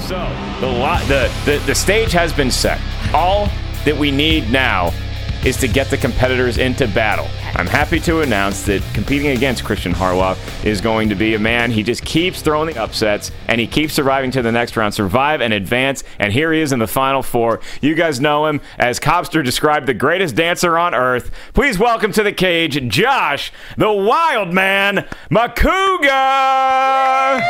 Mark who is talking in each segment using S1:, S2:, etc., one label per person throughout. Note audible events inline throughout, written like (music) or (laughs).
S1: So the, lo- the, the the stage has been set. All that we need now is to get the competitors into battle. I'm happy to announce that competing against Christian Harloff is going to be a man. He just keeps throwing the upsets and he keeps surviving to the next round, survive and advance. And here he is in the final four. You guys know him as Cobster described the greatest dancer on earth. Please welcome to the cage, Josh, the wild man, Makuga.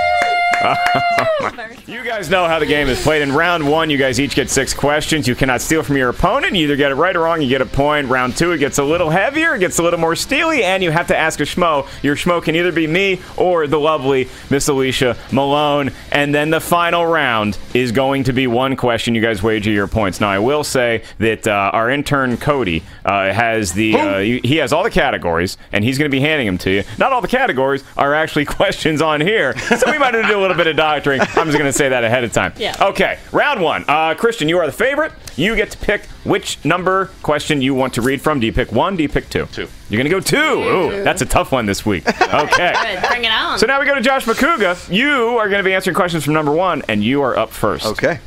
S1: You guys know how the game is played. In round one, you guys each get six questions. You cannot steal from your opponent. You either get it right or wrong, you get a point. Round two, it gets a little heavier, it gets a little more steely, and you have to ask a schmo. Your schmo can either be me or the lovely Miss Alicia Malone. And then the final round is going to be one question. You guys wager your points. Now, I will say that uh, our intern Cody uh, has the uh, he he has all the categories, and he's going to be handing them to you. Not all the categories are actually (laughs) questions on here, so we might have to do a little bit of doctoring. I'm just going to say that ahead of time.
S2: Yeah.
S1: Okay, round one. Uh, Christian, you are the favorite. You get to pick which number question you want to read from. Do you pick one? Do you pick two? Two. You're going to go two. Ooh, that's a tough one this
S2: (laughs)
S1: week. Okay.
S2: Good. Bring it on.
S1: So now we go to Josh McCouga. You are going to be answering questions from number one, and you are up first.
S3: Okay.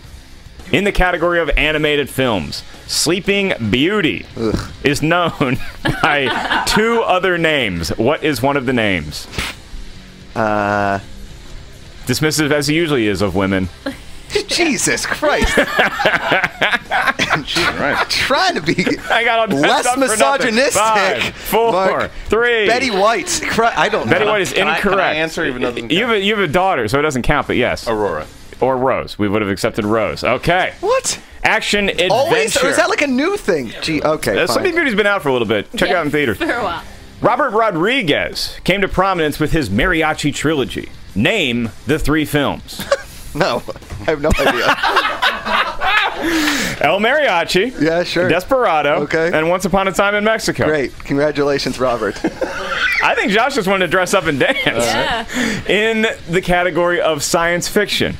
S1: In the category of animated films, Sleeping Beauty is known (laughs) by two other names. What is one of the names?
S3: Uh,
S1: Dismissive as he usually is of women.
S3: (laughs) Jesus Christ. Gee, right. Trying to be
S1: I got all dressed
S3: less
S1: up for nothing.
S3: misogynistic.
S1: Five, four,
S3: Mark.
S1: three.
S3: Betty White. Cri- I don't
S1: Betty
S3: know.
S1: White is
S4: Can I-
S1: incorrect.
S4: can I answer even though it doesn't
S1: you have, a, you have a daughter, so it doesn't count, but yes.
S4: Aurora.
S1: Or Rose. We would have accepted Rose. Okay.
S3: What?
S1: Action adventure.
S3: Always? Or is that like a new thing? Gee, okay.
S1: Uh,
S3: fine.
S1: Sleeping Beauty's been out for a little bit. Check it out in theaters.
S2: For a while.
S1: Robert Rodriguez came to prominence with his mariachi trilogy. Name the three
S3: (laughs)
S1: films.
S3: No, I have no
S1: (laughs)
S3: idea.
S1: El Mariachi.
S3: Yeah, sure.
S1: Desperado.
S3: Okay.
S1: And Once Upon a Time in Mexico.
S3: Great. Congratulations, Robert.
S1: I think Josh just wanted to dress up and dance.
S2: Yeah.
S1: In the category of science fiction,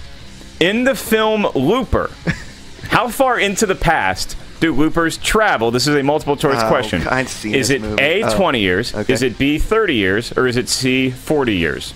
S1: in the film Looper, how far into the past do loopers travel? This is a multiple choice
S3: Oh,
S1: question.
S3: I've seen
S1: is
S3: this
S1: it
S3: movie.
S1: A,
S3: Oh.
S1: 20 years?
S3: Okay.
S1: Is it B, 30 years? Or is it C, 40 years?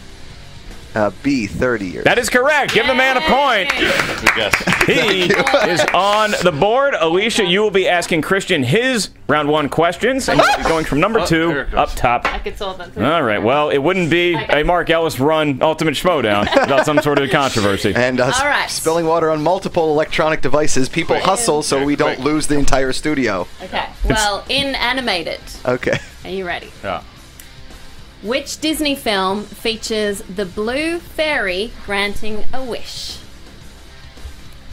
S3: Uh, B, 30 years.
S1: That is correct. Give the man a point.
S4: Good guess.
S1: He is on the board. Alicia, you will be asking Christian his round one questions, and you'll be going from number
S4: (laughs) Oh, there
S1: two
S4: it
S1: up
S4: goes.
S1: top.
S2: I could solve that.
S1: All right. Well, it wouldn't be a Mark Ellis run Ultimate Schmodown without some sort of controversy.
S3: and uh,
S2: All right.
S3: spilling water on multiple electronic devices. People
S4: Quick.
S3: hustle so we don't
S4: Quick.
S3: lose the entire studio.
S2: Okay. Well, in animated.
S3: Okay.
S2: Are you ready?
S1: Yeah.
S2: Which Disney film features the blue fairy granting a wish?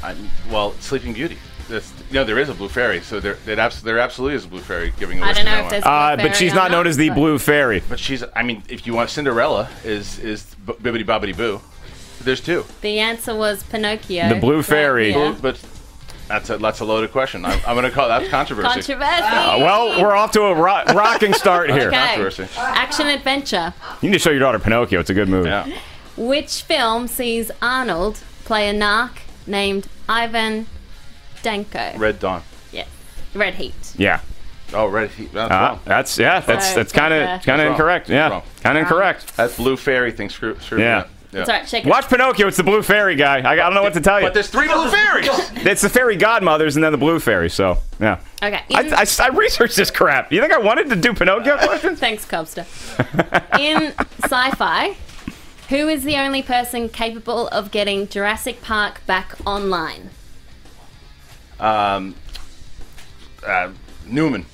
S4: i well, Sleeping Beauty. This, no, there is a blue fairy, so there, it abs- there absolutely is a blue fairy giving away.
S2: I don't know if there's.
S1: Uh, but she's not known as the Blue Fairy.
S4: But she's. I mean, if you want Cinderella, is is b- bibbity bobbity boo. There's two.
S2: The answer was Pinocchio.
S1: The Blue
S2: Right,
S1: Fairy.
S2: yeah.
S4: But that's a that's a loaded question. I'm, I'm going to call that controversy.
S2: Controversy.
S1: Uh, well, we're off to a ro- rocking start here.
S2: (laughs) Okay.
S4: Controversy.
S2: Action adventure.
S1: You need to show your daughter Pinocchio. It's a good movie.
S4: Yeah.
S2: Which film sees Arnold play a narc named Ivan Danko?
S4: Red Dawn.
S2: Yeah. Red Heat.
S1: Yeah.
S4: Oh, Red Heat. That's,
S1: Uh,
S4: wrong.
S1: that's yeah. That's
S2: Sorry.
S1: that's kind
S2: Yeah.
S1: of kind of
S4: Wrong.
S1: incorrect. Yeah.
S4: Wrong.
S1: Kind of incorrect.
S4: That blue fairy thing. Screw. screw me
S1: Yeah.
S4: up. Yeah.
S2: That's right, shake it.
S1: Watch Pinocchio. It's the Blue Fairy guy. I, I don't know what to tell you.
S4: But there's three blue fairies.
S1: It's the fairy godmothers and then the blue fairy. So yeah.
S2: Okay. in-
S1: I, I, I researched this crap. You think I
S2: (laughs)
S1: wanted to do Pinocchio questions?
S2: Thanks, Cobster. In sci fi, Who is the only person capable of getting Jurassic Park back online?
S4: Um, uh, Newman.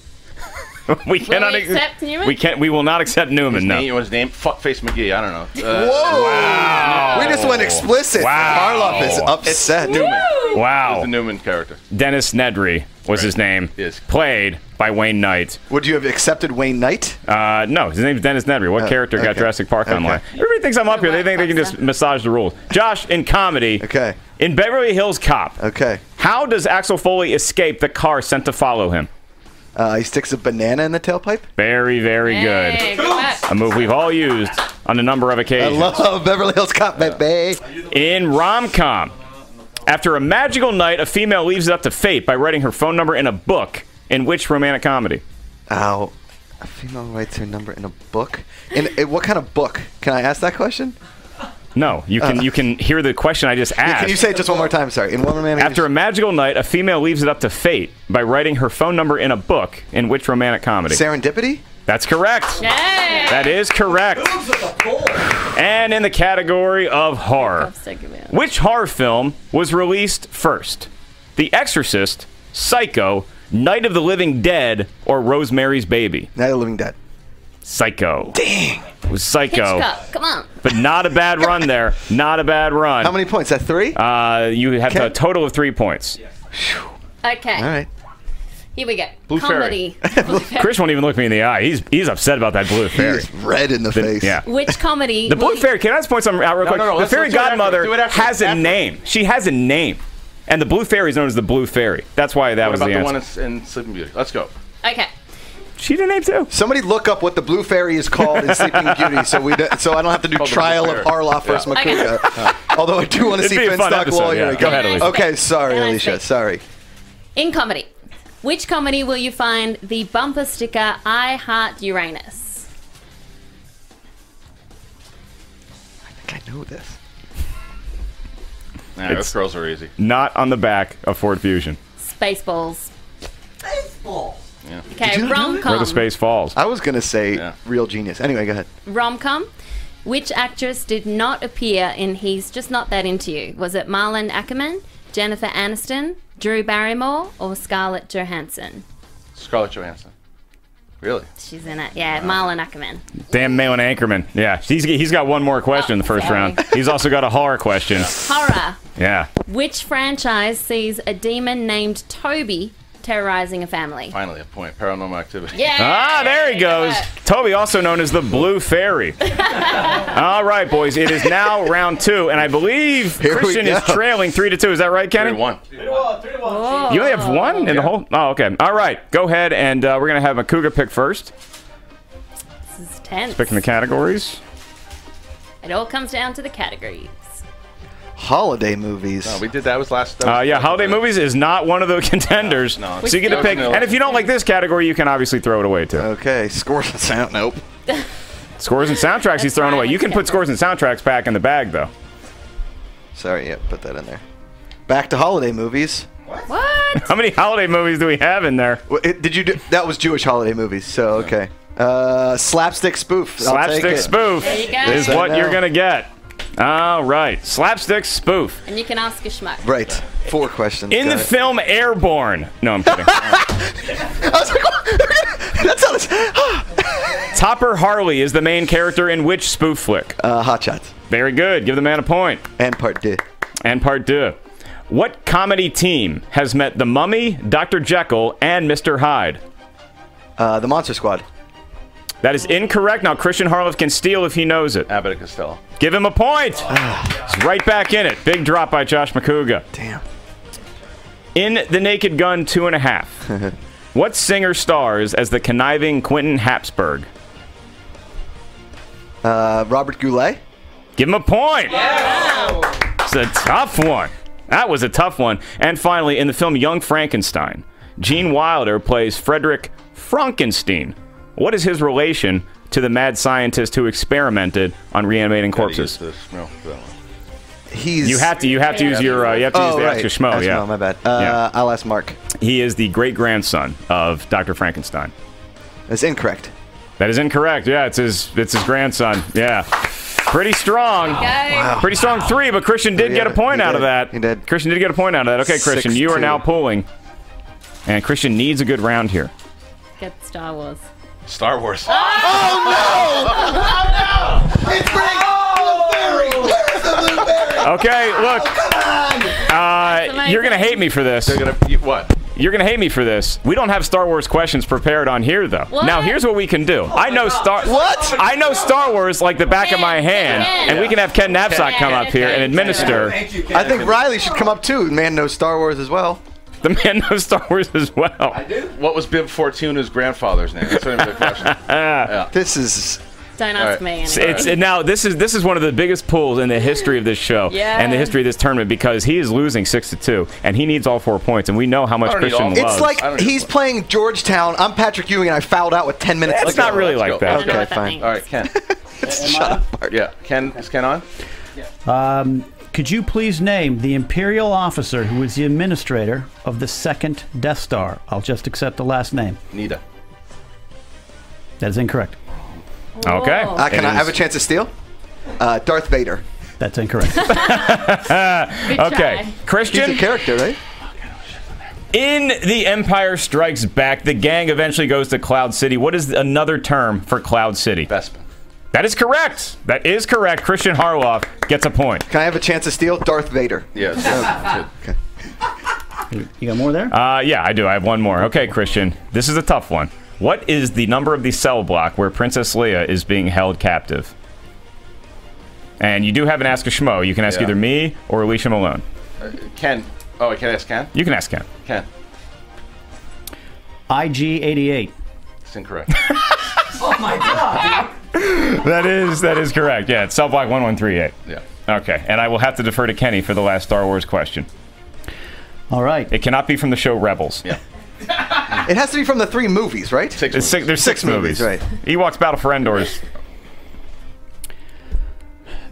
S1: we cannot
S2: we
S1: ex-
S2: accept Newman?
S1: We can't. We will not accept Newman.
S4: His
S1: No.
S4: name- you know his name? Fuckface McGee. I don't know. Uh,
S3: Whoa! We just went explicit.
S1: Wow.
S3: Harloff is upset.
S4: It's
S1: Wow.
S4: the Newman character.
S1: Dennis Nedry was his name.
S4: Yes.
S1: Played by Wayne Knight.
S3: Would you have accepted Wayne Knight?
S1: Uh, no, his name's Dennis Nedry. What character got
S3: Oh, okay.
S1: Jurassic Park
S3: Okay.
S1: online? Everybody thinks I'm up here. They think they can just massage the rules. Josh, in comedy.
S3: Okay.
S1: In Beverly Hills Cop.
S3: Okay.
S1: How does Axel Foley escape the car sent to follow him?
S3: Uh, he sticks a banana in the tailpipe.
S1: Very, very
S2: Hey,
S1: good.
S2: good work.
S1: A move we've all used on a number of
S3: I
S1: occasions.
S3: (laughs) love Beverly Hills Cop, baby.
S1: in rom com. After a magical night, a female leaves it up to fate by writing her phone number in a book. In which romantic comedy?
S3: Ow. A female writes her number in a book. In, in what kind of book? Can I ask that question?
S1: No, you can you can hear the question I just asked.
S3: Uh. Can you say it just one more time? Sorry. In one romantic.
S1: After a magical night, a female leaves it up to fate by writing her phone number in a book. In which romantic comedy?
S3: serendipity.
S1: That's correct.
S2: Yay!
S1: That is correct. And in the category of horror,
S2: That's so good, man.
S1: which horror film was released first? The Exorcist, Psycho, Night of the Living Dead, or Rosemary's Baby?
S3: Night of the Living Dead.
S1: Psycho. Dang. It was Psycho.
S2: Hitchcock, come on.
S1: But not a bad run there. Not a bad run.
S3: How many points? That three.
S1: Uh, you have
S3: Okay.
S1: a total of three points.
S2: Okay,
S3: All right.
S2: here we go.
S4: Blue
S1: (laughs)
S2: comedy.
S1: Chris won't even look me in the eye. He's he's upset about that blue
S3: He
S1: fairy.
S3: is red in the, face.
S1: yeah.
S2: Which comedy?
S1: The blue
S2: will-
S1: fairy. Can I just point something out real
S4: No,
S1: quick?
S4: no, no,
S1: the
S4: let's-
S1: fairy
S4: let's do it after.
S1: godmother
S4: Do it after.
S1: has a
S4: After.
S1: name. She has a name, and the blue fairy is known as the blue fairy. That's why that
S4: What
S1: was
S4: about
S1: the
S4: the
S1: answer.
S4: one that's in Sleeping Beauty? Let's go.
S2: Okay.
S1: she did a name too.
S3: Somebody look up what the blue fairy is called
S1: (laughs)
S3: in Sleeping Beauty, so we don't- so I don't have to do
S4: Called the Blue
S3: trial of
S4: Fairy.
S3: Harloff versus
S2: Okay.
S3: Makuga. (laughs) Although I do want to
S1: It'd
S3: see
S1: be a fun
S3: Finstock
S1: episode,
S3: Lawyer.
S1: yeah. Go ahead, Alicia.
S3: Okay, sorry,
S2: Can I
S3: Alicia.
S2: speak?
S3: Sorry.
S2: In comedy, which comedy will you find the bumper sticker I Heart Uranus?
S3: I think I know this.
S4: Nah, those girls are easy.
S1: Not on the back of Ford Fusion,
S2: Spaceballs.
S4: Yeah.
S2: Okay,
S3: you not know
S2: rom
S3: that?
S1: where the
S2: com.
S1: space falls.
S3: I was gonna say
S4: Yeah.
S3: real genius. Anyway, go ahead.
S2: Rom com. Which actress did not appear in He's Just Not That Into You? Was it Marlon Ackerman, Jennifer Aniston, Drew Barrymore, or Scarlett Johansson?
S4: Scarlett Johansson. Really?
S2: She's in it. Yeah, Marlon Ackerman.
S1: Damn Malin Anchorman. Yeah, he's he's got one more question in the first
S2: sorry.
S1: round. He's also got a horror question.
S2: Horror.
S1: Yeah.
S2: Which franchise sees a demon named Toby terrorizing a family?
S4: Finally, a point. Paranormal Activity.
S2: Yeah.
S4: (laughs)
S1: Ah, there he goes. Toby, also known as the Blue Fairy. All right, boys, it is now round two, and I believe
S3: Here we
S1: Christian is
S3: go.
S1: trailing three to two. Is that right, Kenny?
S4: Three one.
S1: You only have one in the whole. Oh, okay. All right, go ahead, and uh, we're gonna have Makuga pick first,
S2: This is tense.
S1: picking the categories.
S2: It all comes down to the categories.
S3: Holiday movies.
S4: No, we did that was last. That
S1: Uh,
S4: was-
S1: yeah, holiday movies is not one of the (laughs) contenders,
S4: No, no.
S1: so you get to pick.
S4: No.
S1: And if you don't like this category, you can obviously throw it away too.
S3: okay, scores and sound. Nope.
S1: scores and soundtracks, he's
S2: That's
S1: throwing
S2: fine,
S1: away. You
S2: let's
S1: can
S2: get
S1: put scores and soundtracks back in the bag though.
S3: Sorry, yeah, put that in there. Back to holiday movies.
S2: What?
S1: How many holiday movies do we have in there?
S3: Wh- it- Did you do? That was Jewish holiday movies. So okay. Uh, slapstick spoof. I'll take
S1: Slapstick
S3: it.
S1: spoof
S2: There you go.
S1: is
S3: Yes, I
S1: what
S3: know.
S1: you're gonna get. All right, slapstick spoof
S2: and you can ask a schmuck.
S3: Right. Four questions.
S1: in
S3: got
S1: the
S3: it.
S1: film Airborne. No, I'm kidding.
S3: (laughs)
S1: (laughs)
S3: I was like, what? that's not. a- (gasps)
S1: Topper Harley is the main character in which spoof flick?
S3: uh, hot shots
S1: Very good. Give the man a point.
S3: and part D.
S1: And part two. What comedy team has met the Mummy, Dr. Jekyll, and Mr. Hyde?
S3: Uh, the Monster Squad.
S1: That is incorrect. Now Christian Harloff can steal if he knows it.
S4: Abbott and Costello.
S1: Give him a point. He's right back in it. Big drop by Josh McCouga.
S3: Damn.
S1: In The Naked Gun Two and a Half, what singer stars as the conniving Quentin Hapsburg?
S3: Uh, Robert Goulet.
S1: Give him a point. It's a tough one. That was a tough one. And finally, in the film Young Frankenstein, Gene Wilder plays Frederick Frankenstein. What is his relation to the mad scientist who experimented on reanimating corpses?
S4: Gotta use this. No, that one.
S3: He's.
S1: You have to, you have to use your, uh, you have to use
S3: Oh,
S1: the
S3: right.
S1: extra schmo.
S3: Ask
S1: yeah,
S3: my bad. Uh,
S1: Yeah.
S3: I'll ask Mark.
S1: he is the great grandson of Dr. Frankenstein.
S3: That's incorrect.
S1: That is incorrect. Yeah, it's his, it's his grandson. Yeah. Pretty strong. Pretty strong three, but Christian did
S3: He
S1: get a
S3: did.
S1: point
S3: He
S1: out of
S3: did.
S1: that.
S3: He did.
S1: Christian did get a point out of that. Okay, Christian, you are
S3: Six-two.
S1: now pulling. And Christian needs a good round here.
S2: Get Star Wars.
S4: Star Wars.
S3: Ah!
S5: It's Frank Blueberry. Where's the blueberry?
S1: Okay, look. Uh,
S2: amazing.
S1: you're gonna hate me for this.
S4: They're gonna you, what?
S1: You're gonna hate me for this. We don't have Star Wars questions prepared on here, though.
S2: What?
S1: Now, here's what we can do. I know Star.
S3: What?
S1: I know Star Wars like the back of
S2: Ken,
S1: my hand,
S2: Ken.
S1: and we can have Ken Knapsack
S2: Ken,
S1: come up here and
S2: Ken,
S1: administer.
S5: Thank you, Ken.
S3: I think Riley should come up too. Man knows Star Wars as well.
S1: The man knows Star Wars as well.
S4: What was Bib Fortuna's grandfather's name? That's what I'm question.
S3: This is
S2: Don't ask
S4: right.
S2: me.
S1: It's,
S2: anyway.
S1: it's and now this is this is one of the biggest pulls in the history of this show
S2: Yeah.
S1: and the history of this tournament because he is losing six to two and he needs all four points and we know how much
S4: I don't need
S1: Christian
S4: all-
S1: loves.
S4: It's
S3: It's
S4: I don't
S3: like
S4: give a
S3: he's
S4: fuck.
S3: playing Georgetown. I'm Patrick Ewing, and I fouled out with 10 minutes.
S1: (laughs) It's
S3: left.
S1: not really like
S4: go.
S2: I
S1: that.
S2: don't know
S3: okay,
S2: what that
S3: fine.
S2: means.
S4: All right, Ken. yeah, Ken is Ken on?
S6: Could you please name the Imperial officer who was the administrator of the second Death Star? I'll just accept the last name.
S4: Nita.
S6: That is incorrect.
S1: Okay.
S2: Whoa.
S3: Uh, can I have a chance to steal? Uh, Darth Vader.
S6: That's incorrect.
S2: Good
S1: Okay,
S2: try.
S3: He's a
S1: Christian.
S3: character, right?
S1: In The Empire Strikes Back, the gang eventually goes to Cloud City. What is another term for Cloud City?
S4: Bespin.
S1: That is correct. That is correct. Christian Harloff gets a point.
S3: Can I have a chance to steal? Darth Vader.
S4: Yes. Good.
S6: you got more there?
S1: Uh, yeah, I do. I have one more. Okay, Christian. This is a tough one. What is the number of the cell block where Princess Leia is being held captive? And you do have an ask a schmo. You can ask
S4: Yeah.
S1: either me or Alicia Malone.
S4: Ken. Oh, I can't ask Ken.
S1: You can ask Ken.
S4: Ken.
S6: IG88.
S1: (laughs)
S4: It's incorrect.
S1: That is that is correct. Yeah, it's cell block one one three eight.
S4: yeah.
S1: Okay, and I will have to defer to Kenny for the last Star Wars question.
S6: All right.
S1: It cannot be from the show Rebels.
S4: Yeah.
S3: It has to be from the three movies, right?
S4: Six.
S1: There's six, there's six,
S3: Six
S1: movies.
S3: movies, right.
S1: Ewoks Battle for Endor is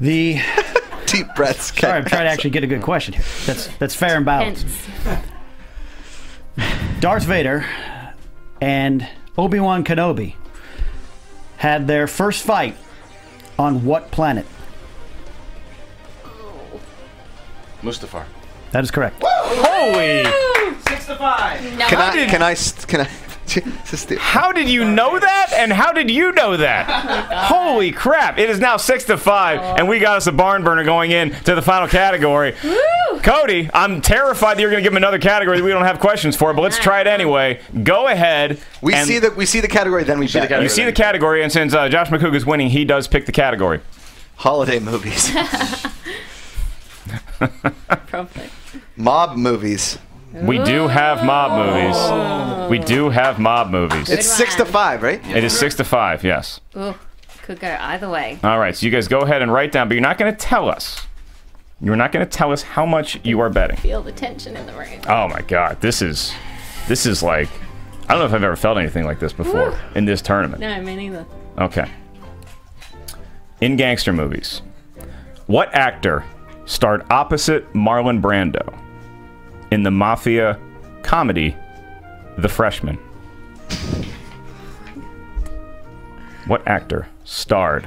S6: The
S3: Deep breaths. Ken.
S6: sorry, I'm trying to actually get a good question here. That's that's fair and balanced.
S2: Hence.
S6: Darth Vader and Obi Wan Kenobi had their first fight on what planet?
S4: Mustafar.
S6: That is correct.
S1: holy.
S2: No,
S3: Can I?
S1: did-
S3: Can I? st- Can I? to steal.
S1: How did you know that? And how did you know that? Holy crap! It is now six to five, and we got us a barn burner going in to the final category. Cody, I'm terrified that you're going to give him another category that we don't have questions for, but let's try it anyway. Go ahead.
S3: We
S1: and
S3: see the we see the category, then we
S4: see the
S3: bet.
S4: category.
S1: You see the category, and since uh, Josh McCook is winning, he does pick the category.
S3: Holiday movies,
S2: (laughs) probably.
S3: mob movies.
S1: We do have mob movies. We do have mob movies.
S3: It's six to
S2: one.
S3: five, right?
S1: It is six to five. Yes.
S2: Ooh, could go either way.
S1: All right, so you guys go ahead and write down, but you're not going to tell us. You're not going to tell us how much you are betting.
S2: Feel the tension in the room.
S1: Oh my god, this is this is like I don't know if I've ever felt anything like this before
S2: Woo.
S1: in this tournament.
S2: No, me neither.
S1: Okay. In gangster movies, what actor starred opposite Marlon Brando in the mafia comedy The Freshman? What actor starred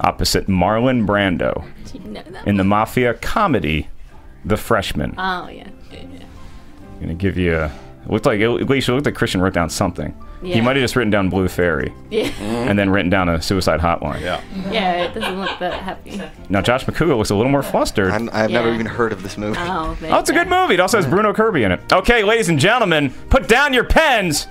S1: opposite Marlon Brando
S2: Do you know that?
S1: in the mafia comedy The Freshman?
S2: Oh, yeah. Yeah, yeah.
S1: I'm gonna give you a. It looked like at least it looked like Christian wrote down something. He
S2: Yeah.
S1: might have just written down Blue Fairy
S2: Yeah,
S1: and then written down a suicide hotline.
S4: Yeah.
S2: yeah it doesn't look that happy. Oh,
S1: Now Josh McCougal looks a little more flustered.
S3: I'm, I've never
S2: Yeah.
S3: even heard of this movie.
S2: Oh, there
S1: oh, it's a
S2: you
S1: good movie. It also has Bruno Kirby in it. Okay, ladies and gentlemen, put down your pens.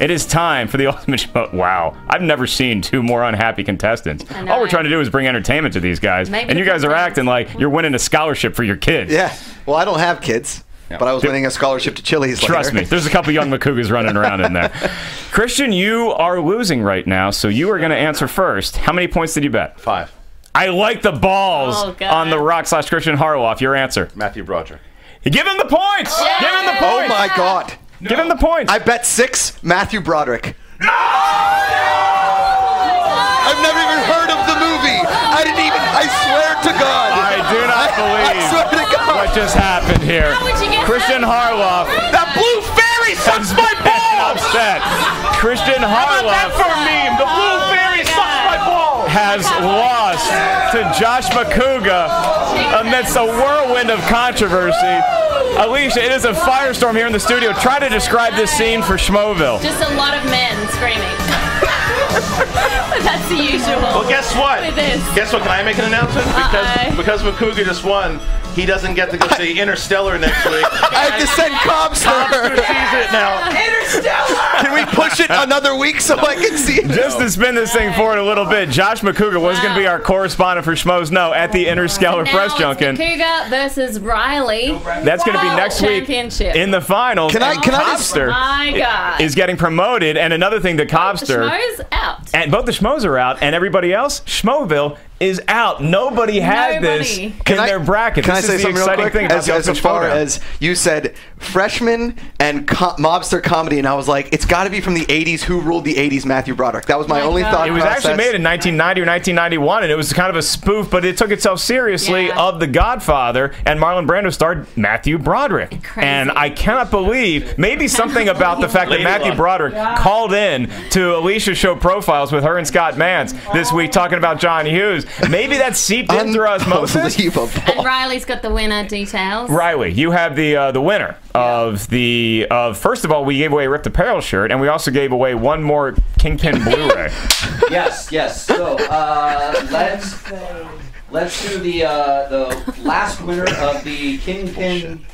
S1: It is time for the (laughs) ultimate show. Wow, I've never seen two more unhappy contestants.
S2: I know,
S1: All we're
S2: I-
S1: trying to do is bring entertainment to these guys,
S2: Maybe
S1: and you guys are
S2: that's-
S1: acting like you're winning a scholarship for your kids.
S3: Yeah. Well, I don't have kids, but I was winning a scholarship to Chili's.
S1: Trust me,
S3: later.
S1: there's a couple young Macugas running around in there. Christian, you are losing right now, so you are going to answer first. How many points did you bet?
S4: Five.
S1: I like the balls
S2: Oh, God.
S1: on the rock slash Christian Harloff. Your answer.
S4: Matthew Broderick.
S1: Give him the points. Give him the
S3: Oh
S1: points.
S2: (laughs)
S3: my God!
S1: Give him the points.
S3: I bet six. Matthew Broderick. I've never even heard of the movie. I didn't even. I swear to God.
S1: I do not
S3: (laughs) I
S1: believe
S3: swear to God.
S1: what just happened here.
S2: would you get
S1: Christian Harloff.
S3: That blue fairy
S1: Sucks (laughs) my balls. Upset. Christian Harloff.
S4: for meme? The blue fairy sucks my balls.
S1: has lost to Josh Makuga amidst a whirlwind of controversy. Alicia, it is a firestorm here in the studio. Try to describe this scene for Schmoville.
S2: Just a lot of men screaming. (laughs) but that's the usual.
S4: Well, guess what?
S2: With this.
S4: Guess what? Can I make an announcement?
S2: Uh-oh.
S4: Because because Makuga just won, he doesn't get to go
S2: (laughs)
S4: see Interstellar next week.
S1: (laughs)
S3: I have to send cops
S4: Oscar sees
S3: her.
S4: it now.
S5: Interstellar!
S3: Can we push it another week so I can see it?
S1: Just to spin this thing forward a little bit, Josh Makuga was going to be our correspondent for Schmoes No at the Interscalar
S2: Now
S1: Press
S2: it's
S1: Junction.
S2: Makuga versus Riley.
S1: That's going to be
S2: World
S1: next week
S2: Championship.
S1: in the finals.
S3: Can I-
S1: and
S3: can I just-
S1: Cobster
S2: My God.
S1: is getting promoted, and another thing, the Cobster.
S2: Schmoes out.
S1: and both the schmoes are out, and everybody else, Schmoville is out. Nobody had this
S2: Nobody.
S1: in their bracket.
S3: Can
S1: this
S3: I say
S1: is the
S3: something
S1: exciting
S3: real quick?
S1: thing about
S3: As,
S1: the
S3: as
S1: Open
S3: far
S1: Showdown.
S3: as you said, freshman and co- mobster comedy, and I was like, it's got to be from the '80s. Who ruled the '80s? Matthew Broderick. That was my,
S2: My
S3: only
S2: God.
S3: thought.
S1: it was
S3: process.
S1: actually made in 1990 or 1991, and it was kind of a spoof, but it took itself seriously
S2: Yeah.
S1: of The Godfather, and Marlon Brando starred Matthew Broderick.
S2: Crazy.
S1: And I cannot believe maybe something about the fact that
S4: Lady
S1: Matthew
S4: Luck.
S1: Broderick called in to Alicia's show profiles with her and Scott Mans this week talking about John Hughes. Maybe that seeped in through osmosis.
S3: Unbelievable.
S2: And Riley's got the winner details.
S1: Riley, you have the uh, the winner of the of first of all, we gave away a ripped apparel shirt, and we also gave away one more Kingpin Blu-ray.
S7: yes, yes. So uh, let's let's do the uh, the last winner of the Kingpin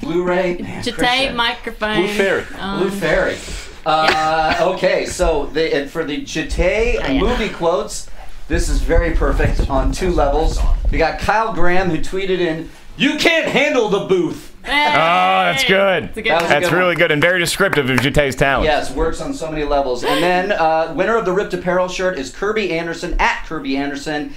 S7: Blu-ray. Man,
S2: Jate
S7: Christian.
S2: microphone.
S4: Blue Fairy.
S7: Blue Fairy. Uh, okay, so the, and for the Jete
S2: yeah.
S7: movie quotes, this is very perfect on two levels. We got Kyle Graham who tweeted in, "You can't handle the booth."
S2: Hey.
S1: Oh, that's good.
S2: It's a good
S7: That was
S2: one.
S1: That's
S7: good
S1: really good and very descriptive of Jate's talent.
S7: Yes, works on so many levels. And then uh, winner of the ripped apparel shirt is Kirby Anderson at Kirby Anderson.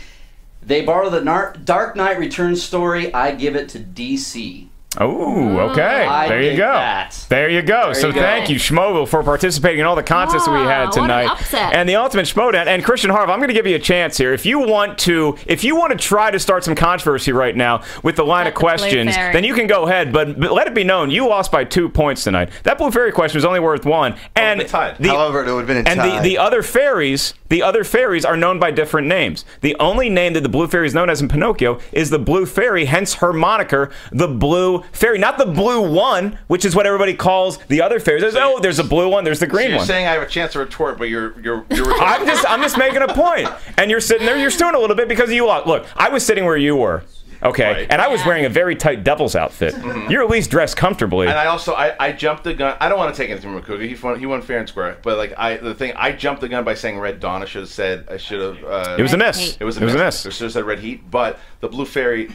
S7: They borrow the nar- Dark Knight Returns story. I give it to DC.
S1: Oh, okay.
S7: I
S1: there you
S7: dig
S1: go.
S7: that.
S1: There you go. so
S7: you go.
S1: thank you, Schmogel, for participating in all the contests that we
S2: Wow,
S1: had
S2: what an
S1: tonight.
S2: upset.
S1: And the ultimate Schmodown. And Christian Harv, I'm going to give you a chance here. If you want to, if you want to try to start some controversy right now with the line of
S2: Not the blue
S1: questions,
S2: fairy.
S1: then you can go ahead. But, but let it be known, you lost by two points tonight. That blue fairy question is only worth one. And
S4: it's tied.
S1: the-
S3: However, it would have been a
S1: and the,
S3: tie.
S1: the other fairies, the other fairies are known by different names. The only name that the blue fairy is known as in Pinocchio is the blue fairy, hence her moniker, the blue fairy. Not the blue one, which is what everybody calls the other fairies. There's, oh, there's a blue one, there's the green
S4: You're
S1: one.
S4: saying I have a chance to retort, but you're you're you're.
S1: I'm just I'm just making a point. And you're sitting there, you're stewing a little bit because you look. Look, I was sitting where you were. Okay.
S4: Right. Mm-hmm.
S1: And I was wearing a very tight devil's outfit. You're at least dressed comfortably.
S4: And I also I, I jumped the gun. I don't want to take anything from Makuga. He won, he won fair and square. But like I the thing I jumped the gun by saying Red Dawn. I should have said I should have. Uh,
S1: it was a
S2: Red
S1: miss.
S2: heat.
S4: It was a
S1: it was
S4: miss.
S1: a miss.
S4: I should have said Red Heat. But the Blue Fairy,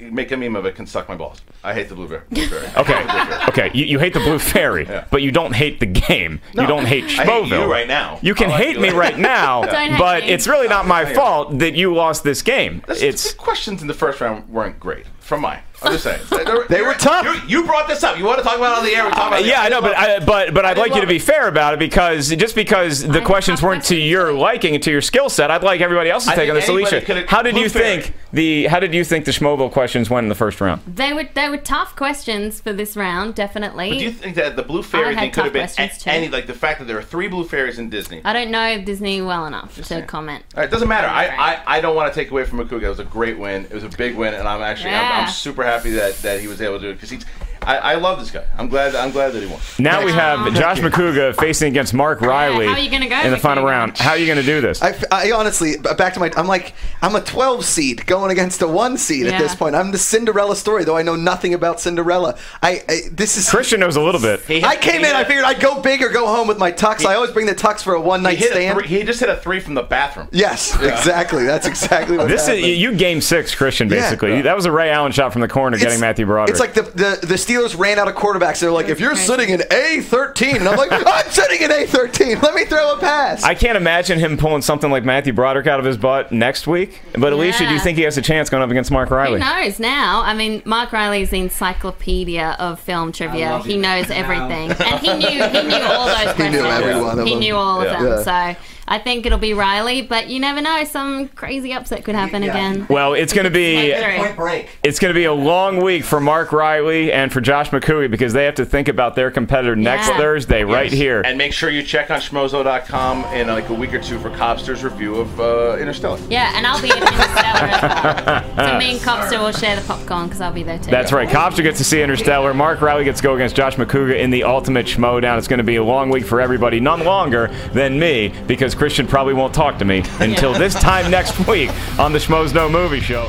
S4: make a meme of it. Can suck my balls. I hate the
S1: (laughs)
S4: Blue Fairy. Blue Fairy. (laughs)
S1: Okay, okay. You, you hate the blue fairy, but you don't hate the game. You don't hate
S4: I hate
S1: Schmoville.
S4: you right now. Oh,
S1: You can
S4: I like
S1: hate
S4: you
S1: me
S4: right
S1: right
S4: (laughs)
S1: now,
S2: Don't hate
S1: but
S2: me.
S1: it's really not my fault that you lost this game.
S4: This-
S1: It's
S4: the questions in the first round weren't great from mine. I'm
S1: (laughs)
S4: just saying they were,
S3: They were tough.
S4: You, you brought this up. You want to talk about it on the air? We talk about it. on the
S1: Uh, yeah,
S4: air.
S1: I know, but I, but but I'd like you to
S4: love
S1: be
S4: it.
S1: fair about it because just because the
S2: I
S1: questions
S2: have
S1: weren't to
S2: questions.
S1: your liking and to your skill set, I'd like everybody else's
S4: I
S1: take on
S4: think
S1: this.
S4: anybody
S1: Alicia,
S4: could've-
S1: how did
S4: Blue
S1: you
S4: Fairy.
S1: think the how did you think the Schmoville questions went in the first round?
S2: They were they were tough questions for this round, definitely.
S4: But do you think that the blue fairy
S2: had
S4: thing could
S2: tough
S4: have been
S2: questions,
S4: a-
S2: too.
S4: any like the fact that there are three blue fairies in Disney?
S2: I don't know Disney well enough to comment.
S4: All right, doesn't matter. I, I, I don't want to take away from Makuga. It was a great win. It was a big win, and I'm actually I'm,
S2: Yeah.
S4: I'm super happy that, that he was able to do it because he's I, I love this guy. I'm glad I'm glad that he won.
S1: Now we have Josh McCouga facing against Mark Riley
S2: Oh, how are you gonna go,
S1: in the final
S2: Makuga?
S1: round. How are you going to do this?
S3: I, I honestly, b- back to my, I'm like, I'm a 12 seed going against a one seed
S2: Yeah.
S3: at this point. I'm the Cinderella story, though I know nothing about Cinderella. I, I this is
S1: Christian knows a little bit.
S3: I came in. I figured I'd go big or go home with my tux. I always bring the tux for a one
S4: He,
S3: night
S4: hit a
S3: stand.
S4: three, he just hit a three from the bathroom.
S3: Yes, exactly. That's exactly what
S1: This is
S3: happened.
S1: you game six, Christian.
S3: Yeah.
S1: Basically, that was a Ray Allen shot from the corner, getting Matthew Broderick.
S3: It's like the, the the Steelers ran out of quarterbacks. They're like, if you're
S2: crazy.
S3: sitting in A thirteen, and I'm like, (laughs) I'm sitting in A thirteen. Let me throw a pass.
S1: I can't imagine him pulling something like Matthew Broderick out of his butt next week. But Alicia, do you
S2: Yeah.
S1: think he has a chance going up against Mark
S2: Who
S1: Riley?
S2: knows now? I mean, Mark Riley's the encyclopedia of film trivia.
S7: love
S2: He
S7: you.
S2: knows everything, and he knew he knew all those.
S3: (laughs) He knew
S2: questions.
S3: every one of
S2: He
S3: them.
S2: knew all
S4: Yeah.
S2: of them. So I think it'll be Riley, but you never know. Some crazy upset could happen again.
S1: Well, it's going to be
S5: Point break.
S1: it's going to be a long week for Mark Riley and for Josh McCooey because they have to think about their competitor next
S2: Yeah.
S1: Thursday right here.
S4: And make sure you check on schmozo.com in like a week or two for Cobster's review of uh, Interstellar.
S2: Yeah, and I'll be in Interstellar as well. So me and Copster will share the popcorn because I'll be there too.
S1: That's right. Cobster gets to see Interstellar. Mark Riley gets to go against Josh McCouga in the Ultimate Schmodown. It's going to be a long week for everybody, none longer than me, because Christian probably won't talk to me until this time next week on the Schmoes No Movie Show.